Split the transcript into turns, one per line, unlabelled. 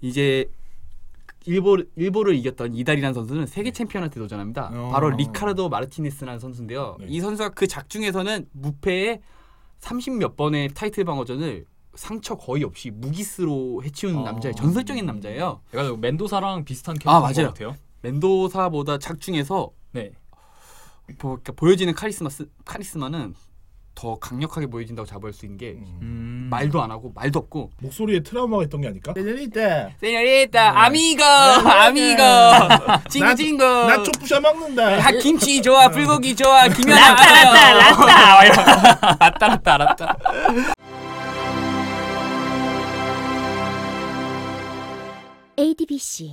이제 일보 일보를 이겼던 이달이라는 선수는 세계 챔피언한테 도전합니다.
네. 어.
바로 리카르도 마르티네스라는 선수인데요.
네.
이 선수가 그 작중에서는 무패에 30몇 번의 타이틀 방어전을 상처 거의 없이 무기스로 해치운
아.
어.
남자예요. 전설적인 남자예요.
약간 멘도사랑 비슷한
아,
캐릭터인 것
맞아요.
같아요.
멘도사보다 작중에서
네.
보, 그러니까 보여지는 카리스마 쓰- 카리스마는 더 강력하게 보여진다고 자부할 수 있는 게
음.
음.
말도 안 하고 말도 없고
목소리에 트라우마가 있던 게 아닐까?
베네리테
세뇨리타 아미고 아미고 친구 친구
나 쪽부샤 막는다.
김치 좋아 불고기 좋아 김연 알아요
알았다 알았다 알았다.
ADBC